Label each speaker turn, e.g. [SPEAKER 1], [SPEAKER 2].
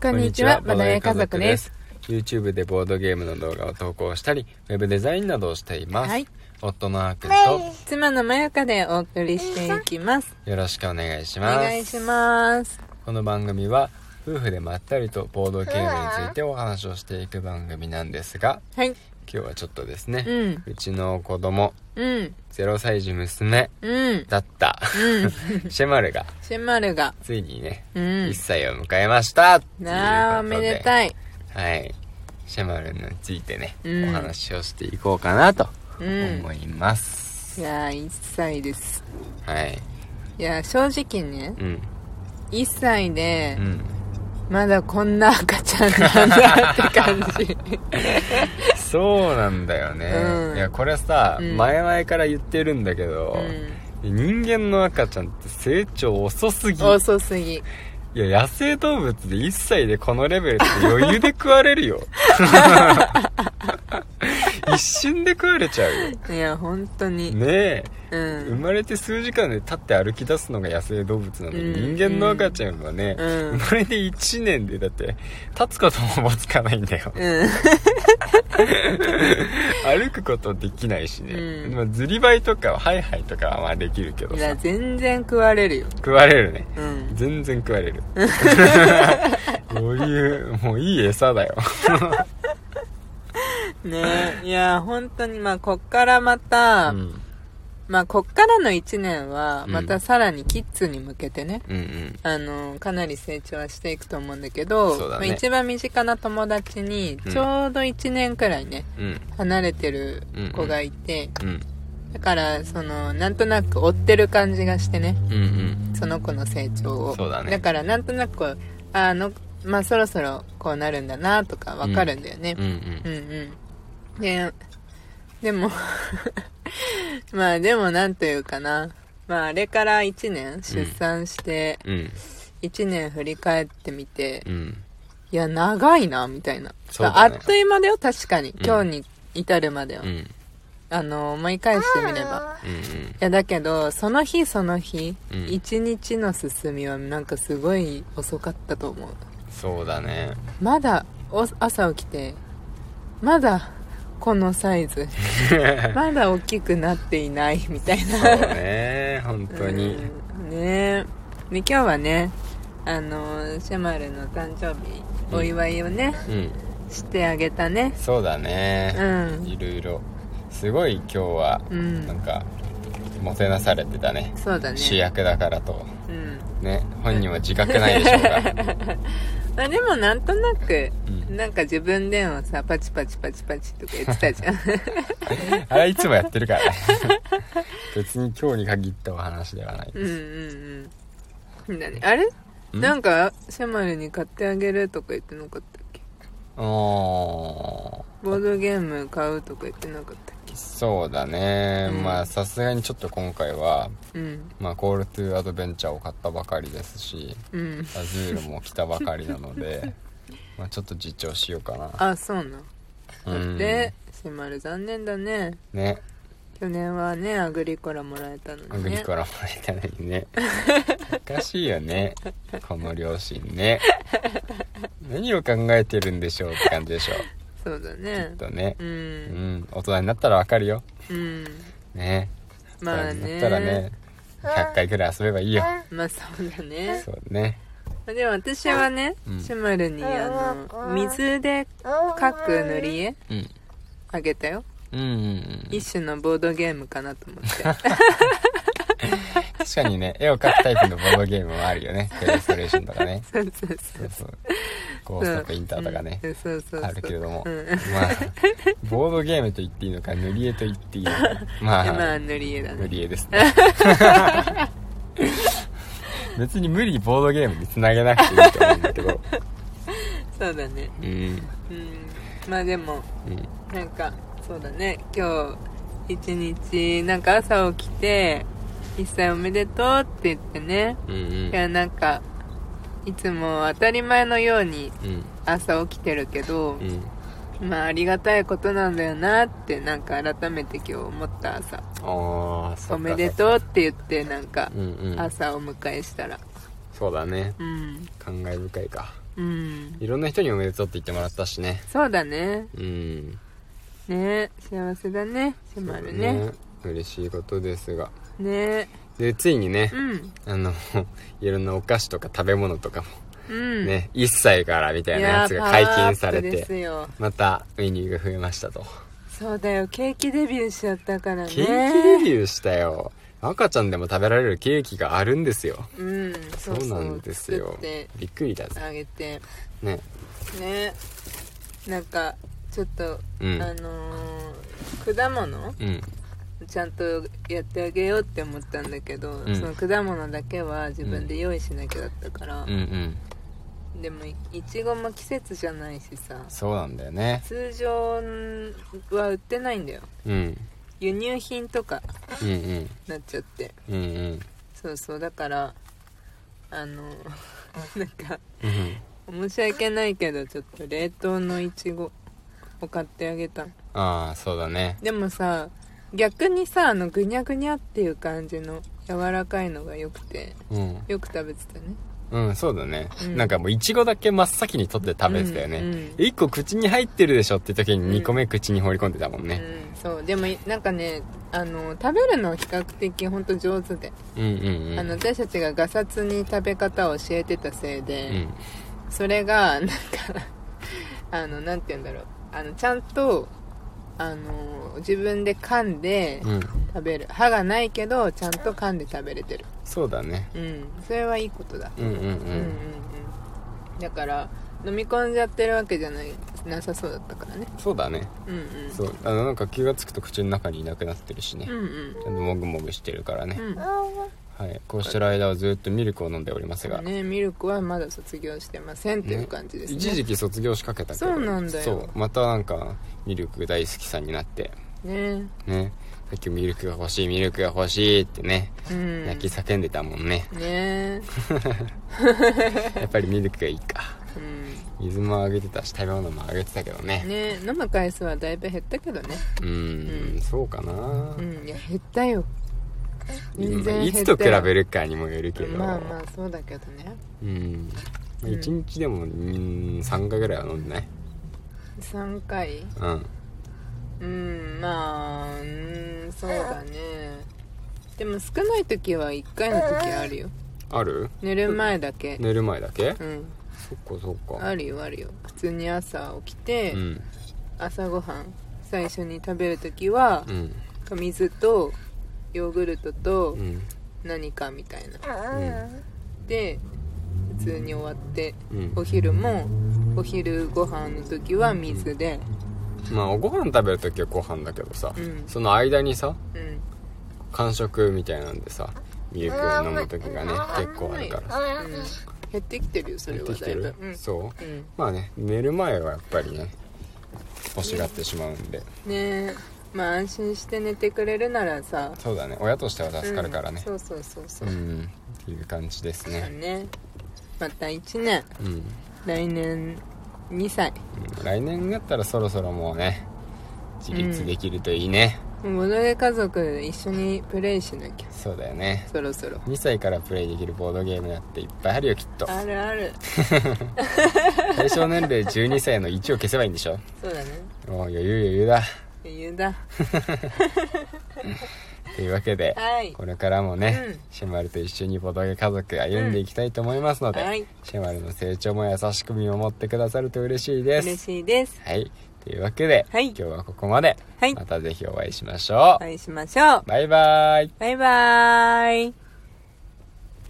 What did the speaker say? [SPEAKER 1] こんにちは、バナヤ家族です。。
[SPEAKER 2] YouTube でボードゲームの動画を投稿したり、ウェブデザインなどをしています。
[SPEAKER 1] はい
[SPEAKER 2] 夫のあーくんと、
[SPEAKER 1] 妻のまよかでお送りしていきます。
[SPEAKER 2] よろしくお願いし
[SPEAKER 1] お
[SPEAKER 2] ます。
[SPEAKER 1] 願いします。
[SPEAKER 2] この番組は、夫婦でまったりとボードゲームについてお話をしていく番組なんですが、
[SPEAKER 1] はい。
[SPEAKER 2] 今日はちょっとですね、
[SPEAKER 1] うん、
[SPEAKER 2] うちの子供、
[SPEAKER 1] うん、
[SPEAKER 2] 0歳児娘
[SPEAKER 1] うん、
[SPEAKER 2] だった、
[SPEAKER 1] うん。
[SPEAKER 2] シェマルが、
[SPEAKER 1] シェマルが、
[SPEAKER 2] ついにね、
[SPEAKER 1] うん
[SPEAKER 2] 1。歳を迎えましたっていうことで
[SPEAKER 1] なあ、おめでたい。
[SPEAKER 2] はい。シェマルについてね、
[SPEAKER 1] うん
[SPEAKER 2] お話をしていこうかなと
[SPEAKER 1] うん
[SPEAKER 2] 思。います。
[SPEAKER 1] いやー、1歳です。
[SPEAKER 2] はい。
[SPEAKER 1] いやー、正直ね、
[SPEAKER 2] うん。
[SPEAKER 1] 1歳で
[SPEAKER 2] う、ん。
[SPEAKER 1] まだこんな赤ちゃんなんだって感 じ。
[SPEAKER 2] そうなんだよね。
[SPEAKER 1] うん
[SPEAKER 2] いや、これさ、
[SPEAKER 1] うん
[SPEAKER 2] 前々から言ってるんだけど、
[SPEAKER 1] う
[SPEAKER 2] 人間の赤ちゃんって成長遅すぎ。
[SPEAKER 1] ん。遅すぎ。
[SPEAKER 2] いや、野生動物で1歳でこのレベルって余裕で食われ るよ。一瞬で食われちゃうよ。
[SPEAKER 1] いや、本当に。
[SPEAKER 2] ねえ。
[SPEAKER 1] うん
[SPEAKER 2] 生。まれて数時間で立って歩き出すのが野生動物なのに、
[SPEAKER 1] うん
[SPEAKER 2] 人間の赤ちゃんはね、
[SPEAKER 1] うん
[SPEAKER 2] 生まれて1年でだって立つことももつかないん だよ
[SPEAKER 1] うん。
[SPEAKER 2] 歩くことできないしね、
[SPEAKER 1] うん
[SPEAKER 2] まあ、ずりばいとかハイハイとかはまあできるけど
[SPEAKER 1] い
[SPEAKER 2] さ
[SPEAKER 1] や、全然食われるよ。
[SPEAKER 2] 食われるね
[SPEAKER 1] うん。
[SPEAKER 2] 全然食 われる余裕もういい餌だよ
[SPEAKER 1] ねえいや本当にまあこっからまた、
[SPEAKER 2] うん
[SPEAKER 1] まあこっからの1年は
[SPEAKER 2] うん
[SPEAKER 1] またさらにキッズに向けてね、
[SPEAKER 2] うんうん
[SPEAKER 1] あのかなり成長はしていくと思うんだけど
[SPEAKER 2] そう
[SPEAKER 1] ま
[SPEAKER 2] だ
[SPEAKER 1] あ、
[SPEAKER 2] ね
[SPEAKER 1] 一番身近な友達に
[SPEAKER 2] うん
[SPEAKER 1] ちょうど1年くらいね、
[SPEAKER 2] うん
[SPEAKER 1] 離れてる子がいて、
[SPEAKER 2] うん
[SPEAKER 1] だからそのなんとなく追ってる感じがしてね
[SPEAKER 2] うんうん
[SPEAKER 1] その子の成長を
[SPEAKER 2] そうだね
[SPEAKER 1] からなんとなくこうあのまあそろそろこうなるんだなとかわかるんだよね、
[SPEAKER 2] うんう
[SPEAKER 1] う
[SPEAKER 2] ん
[SPEAKER 1] んうん。で、でも、 まあでもなんというかな。まああれから1年出産して、
[SPEAKER 2] うん
[SPEAKER 1] 1年振り返ってみて、
[SPEAKER 2] うん
[SPEAKER 1] いや、長いな、みたいな。
[SPEAKER 2] そうだね
[SPEAKER 1] あっという間だよ、確かに。
[SPEAKER 2] ん
[SPEAKER 1] 今日に至るまでは。
[SPEAKER 2] うんうん
[SPEAKER 1] あの、思い返してみれば。
[SPEAKER 2] うん
[SPEAKER 1] いや、だけど、その日その日、
[SPEAKER 2] うん
[SPEAKER 1] 一日の進みはなんかすごい遅かったと思う。
[SPEAKER 2] そうだね
[SPEAKER 1] まだお朝起きてまだこのサイズ まだ大きくなっていないみたいな
[SPEAKER 2] そうね本当に
[SPEAKER 1] うんねえで今日はねあのシェマルの誕生日
[SPEAKER 2] うん
[SPEAKER 1] お祝いをね、
[SPEAKER 2] うん
[SPEAKER 1] してあげたね
[SPEAKER 2] そうだね
[SPEAKER 1] うん
[SPEAKER 2] いろいろすごい今日は
[SPEAKER 1] うん
[SPEAKER 2] なんかもてなされてたね
[SPEAKER 1] そうだね
[SPEAKER 2] 主役だからと
[SPEAKER 1] うん
[SPEAKER 2] ね本人は自覚ないでしょう
[SPEAKER 1] ま
[SPEAKER 2] が
[SPEAKER 1] あ、でもなんとなく、
[SPEAKER 2] うん
[SPEAKER 1] なんか自分でもさパチパチパチパチとか言ってた じゃん
[SPEAKER 2] あれはいつもやってるからね 別に今日に限ったお話ではない
[SPEAKER 1] うんうんうんだねあれ
[SPEAKER 2] うん
[SPEAKER 1] なんかシェマルに買ってあげるとか言ってなかったっけ
[SPEAKER 2] お
[SPEAKER 1] ボードゲーム買うとか言ってなかったっ
[SPEAKER 2] ーそうだね、
[SPEAKER 1] うん
[SPEAKER 2] まあさすがにちょっと今回は
[SPEAKER 1] けうん
[SPEAKER 2] まあコールトゥーアドベンチャーを買ったばかりですし
[SPEAKER 1] うん
[SPEAKER 2] アズールも来たばかりな のでまあちょっと自重しようかな
[SPEAKER 1] あそうなん
[SPEAKER 2] うん
[SPEAKER 1] でシェマル残念だね
[SPEAKER 2] ね
[SPEAKER 1] 去年はねアグリコラもらえたの
[SPEAKER 2] ア
[SPEAKER 1] に
[SPEAKER 2] グリ
[SPEAKER 1] ね
[SPEAKER 2] コラもらえたのにねおかしいよねこの両親ね何を考えてるんでしょうって感じでしょ
[SPEAKER 1] そうだね
[SPEAKER 2] うとね
[SPEAKER 1] う
[SPEAKER 2] うんん大人になったらわかるよ
[SPEAKER 1] うん
[SPEAKER 2] ね
[SPEAKER 1] まあ
[SPEAKER 2] 大人になったら
[SPEAKER 1] ね
[SPEAKER 2] ね100回くらい遊べばいいよ
[SPEAKER 1] まあそうだね
[SPEAKER 2] そうね
[SPEAKER 1] まあでも私はね
[SPEAKER 2] うん
[SPEAKER 1] シェマルにあの水で描く塗り絵
[SPEAKER 2] うん
[SPEAKER 1] あげたよ
[SPEAKER 2] うんうんうん
[SPEAKER 1] 一種のボードゲームかなと思 って
[SPEAKER 2] 確かにね絵を描くタイプのボードゲームもあるよねペイストレーションとかね
[SPEAKER 1] そうそうそ
[SPEAKER 2] そううそうゴーストプリンターとかね
[SPEAKER 1] うんそうそうそう
[SPEAKER 2] あるけれども
[SPEAKER 1] うん
[SPEAKER 2] まあボードゲームと言っていいのか塗り絵と言っていいのかまあ
[SPEAKER 1] まあ塗り絵だ
[SPEAKER 2] 無
[SPEAKER 1] ね
[SPEAKER 2] 理絵ですね 別に無理にボードゲームにつなげなくていいと思うんだけど
[SPEAKER 1] そうだね
[SPEAKER 2] うん
[SPEAKER 1] うんまあでも
[SPEAKER 2] うん
[SPEAKER 1] なんかそうだね今日一日なんか朝起きて「一歳おめでとう」って言ってね
[SPEAKER 2] うん
[SPEAKER 1] いやなんかいつも当たり前のように
[SPEAKER 2] うん
[SPEAKER 1] 朝起きてるけど
[SPEAKER 2] う、ん
[SPEAKER 1] まあありがたいことなんだよなってなんか改めて今日思った朝
[SPEAKER 2] ああそっか
[SPEAKER 1] おめでとうって言ってなんか
[SPEAKER 2] うんうん
[SPEAKER 1] 朝お迎えしたら
[SPEAKER 2] そうだね
[SPEAKER 1] うん
[SPEAKER 2] 感慨深いか
[SPEAKER 1] うん
[SPEAKER 2] いろんな人におめでとうって言ってもらったしね
[SPEAKER 1] そうだね
[SPEAKER 2] うん
[SPEAKER 1] ね幸せだねシマルね
[SPEAKER 2] 嬉しいことですが
[SPEAKER 1] ね
[SPEAKER 2] でついにね、
[SPEAKER 1] うん
[SPEAKER 2] あの いろんなお菓子とか食べ物とかも
[SPEAKER 1] うん
[SPEAKER 2] ね、1歳からみ
[SPEAKER 1] い
[SPEAKER 2] たいな
[SPEAKER 1] や
[SPEAKER 2] やつが解禁され
[SPEAKER 1] パワーアップです
[SPEAKER 2] て
[SPEAKER 1] よ
[SPEAKER 2] またメニューが増えましたと
[SPEAKER 1] そうだよケーキデビューしちゃったからね
[SPEAKER 2] ケーキデビューしたよ赤ちゃんでも食べられるケーキがあるんですよ
[SPEAKER 1] うんそ
[SPEAKER 2] そ
[SPEAKER 1] ううそう
[SPEAKER 2] なんですよ
[SPEAKER 1] 作って
[SPEAKER 2] びっくりだぜ
[SPEAKER 1] あげて
[SPEAKER 2] ね
[SPEAKER 1] ねなんかちょっと、
[SPEAKER 2] うん
[SPEAKER 1] あのー果物
[SPEAKER 2] うん
[SPEAKER 1] ちゃんとやってあげようって思ったんだけど、
[SPEAKER 2] ん
[SPEAKER 1] その果物だけは自分で用意しなきゃだったから
[SPEAKER 2] うんう、ん
[SPEAKER 1] でもいいちごも季節じゃないしさ
[SPEAKER 2] そうなんだよね
[SPEAKER 1] 通常は売ってないんだよ
[SPEAKER 2] うん
[SPEAKER 1] 輸入品とか
[SPEAKER 2] うんうん
[SPEAKER 1] なっちゃって
[SPEAKER 2] うんうん
[SPEAKER 1] そうそうだからあの なんか
[SPEAKER 2] うん
[SPEAKER 1] 申し訳ないけどちょっと冷凍のいちごを買ってあげた
[SPEAKER 2] ああそうだね
[SPEAKER 1] でもさ逆にさあのぐにゃぐにゃっていう感じの柔らかいのがよくて
[SPEAKER 2] うん
[SPEAKER 1] よく食べてたね
[SPEAKER 2] うんそうだね、
[SPEAKER 1] うん
[SPEAKER 2] なんかもういちごだけ真っ先に取って食べてたよね、
[SPEAKER 1] うんうん
[SPEAKER 2] 1個口に入ってるでしょって時に2個目口に放り込んでたもんね、
[SPEAKER 1] うんそうでもなんかねあの食べるの比較的ほんと上手で、
[SPEAKER 2] うん、うんうん
[SPEAKER 1] あの私たちがガサツに食べ方を教えてたせいで、
[SPEAKER 2] うん
[SPEAKER 1] それがなんかあのなんて言うんだろうあのちゃんとあの自分で噛んで
[SPEAKER 2] うん
[SPEAKER 1] 食べる歯がないけどちゃんと噛んで食べれてる
[SPEAKER 2] そうだね
[SPEAKER 1] うんそれはいいことだ
[SPEAKER 2] うんうんう
[SPEAKER 1] うんうんうん
[SPEAKER 2] ん
[SPEAKER 1] だから飲み込んじゃってるわけじゃないなさそうだったからね
[SPEAKER 2] そうだね
[SPEAKER 1] うんうん
[SPEAKER 2] そうあのなんか気がつくと口の中にいなくなってるしね、
[SPEAKER 1] うんうん
[SPEAKER 2] ちゃんともぐもぐしてるからね、
[SPEAKER 1] うん
[SPEAKER 2] はいこうしてる間はずっとミルクを飲んでおりますが、
[SPEAKER 1] ねミルクはまだ卒業してませんっていう感じですね
[SPEAKER 2] 一時期卒業しかけたけど
[SPEAKER 1] そうなんだよ
[SPEAKER 2] そうまたなんかミルク大好きさんになって
[SPEAKER 1] ね
[SPEAKER 2] ねさっきミルクが欲しいミルクが欲しいってね、
[SPEAKER 1] うん
[SPEAKER 2] 泣き叫んでたもんね
[SPEAKER 1] ね
[SPEAKER 2] やっぱりミルクがいいか
[SPEAKER 1] うん
[SPEAKER 2] 水もあげてたし食べ物もあげてたけどね
[SPEAKER 1] ね飲む回数はだいぶ減ったけどね
[SPEAKER 2] うーん、
[SPEAKER 1] うん
[SPEAKER 2] そうかな
[SPEAKER 1] う、んいや減ったよ全然減った
[SPEAKER 2] まあ
[SPEAKER 1] よ
[SPEAKER 2] いつと比べるかにもよるけど
[SPEAKER 1] まあまあそうだけどね
[SPEAKER 2] うん、まあ、
[SPEAKER 1] うん
[SPEAKER 2] 1日でも、うん、3回ぐらいは飲んでない
[SPEAKER 1] 3回
[SPEAKER 2] うん
[SPEAKER 1] うんまあうんそうだねでも少ない時は1回の時あるよ
[SPEAKER 2] ある
[SPEAKER 1] 寝る前だけ
[SPEAKER 2] 寝る前だけ
[SPEAKER 1] うん
[SPEAKER 2] そっかそっか
[SPEAKER 1] あるよあるよ普通に朝起きて、
[SPEAKER 2] うん
[SPEAKER 1] 朝ごはん最初に食べる時は
[SPEAKER 2] う、ん
[SPEAKER 1] 水とヨーグルトと
[SPEAKER 2] うん
[SPEAKER 1] 何かみたいな
[SPEAKER 2] うん
[SPEAKER 1] で普通に終わって
[SPEAKER 2] うん
[SPEAKER 1] お昼もお昼ご飯の時は水で
[SPEAKER 2] まあご飯食べる時はご飯だけどさ、
[SPEAKER 1] うん
[SPEAKER 2] その間にさ
[SPEAKER 1] うん
[SPEAKER 2] 間食みたいなんでさミルクを飲む時がね結構あるからさ
[SPEAKER 1] うん減ってきてるよそれ
[SPEAKER 2] 減っ
[SPEAKER 1] は
[SPEAKER 2] てき
[SPEAKER 1] だ
[SPEAKER 2] て
[SPEAKER 1] い
[SPEAKER 2] る
[SPEAKER 1] ぶ、うん
[SPEAKER 2] そう
[SPEAKER 1] うん
[SPEAKER 2] まあね寝る前はやっぱりね欲しがってしまうんで
[SPEAKER 1] ねえまあ安心して寝てくれるならさ
[SPEAKER 2] そうだね親としては助かるからね
[SPEAKER 1] うんそうそうそうそうう、
[SPEAKER 2] ん、っていう感じです
[SPEAKER 1] だ
[SPEAKER 2] ね
[SPEAKER 1] ねまた1年
[SPEAKER 2] うん、うん
[SPEAKER 1] 来年2歳
[SPEAKER 2] 来年になったらそろそろもうね自立できるといいね、
[SPEAKER 1] もので家族で一緒にプレイしなきゃ
[SPEAKER 2] そうだよね
[SPEAKER 1] そろそろ
[SPEAKER 2] 2歳からプレイできるボードゲームだっていっぱいあるよきっと
[SPEAKER 1] あるある
[SPEAKER 2] 対象年齢12歳の1を消せばいいんでしょ
[SPEAKER 1] そうだね
[SPEAKER 2] もう余裕余裕だ
[SPEAKER 1] 余裕だ
[SPEAKER 2] というわけで、
[SPEAKER 1] はい
[SPEAKER 2] これからもね、
[SPEAKER 1] うん
[SPEAKER 2] シェマルと一緒にボドゲ家族歩んでいきたいと思いますので、
[SPEAKER 1] うんはい
[SPEAKER 2] シェマルの成長も優しく見守ってくださると嬉しいです
[SPEAKER 1] 嬉しいです
[SPEAKER 2] はいというわけで、
[SPEAKER 1] はい
[SPEAKER 2] 今日はここまで、
[SPEAKER 1] はい
[SPEAKER 2] またぜひお会いしましょう、
[SPEAKER 1] お会いしましょう
[SPEAKER 2] バイバイ
[SPEAKER 1] バイバーイ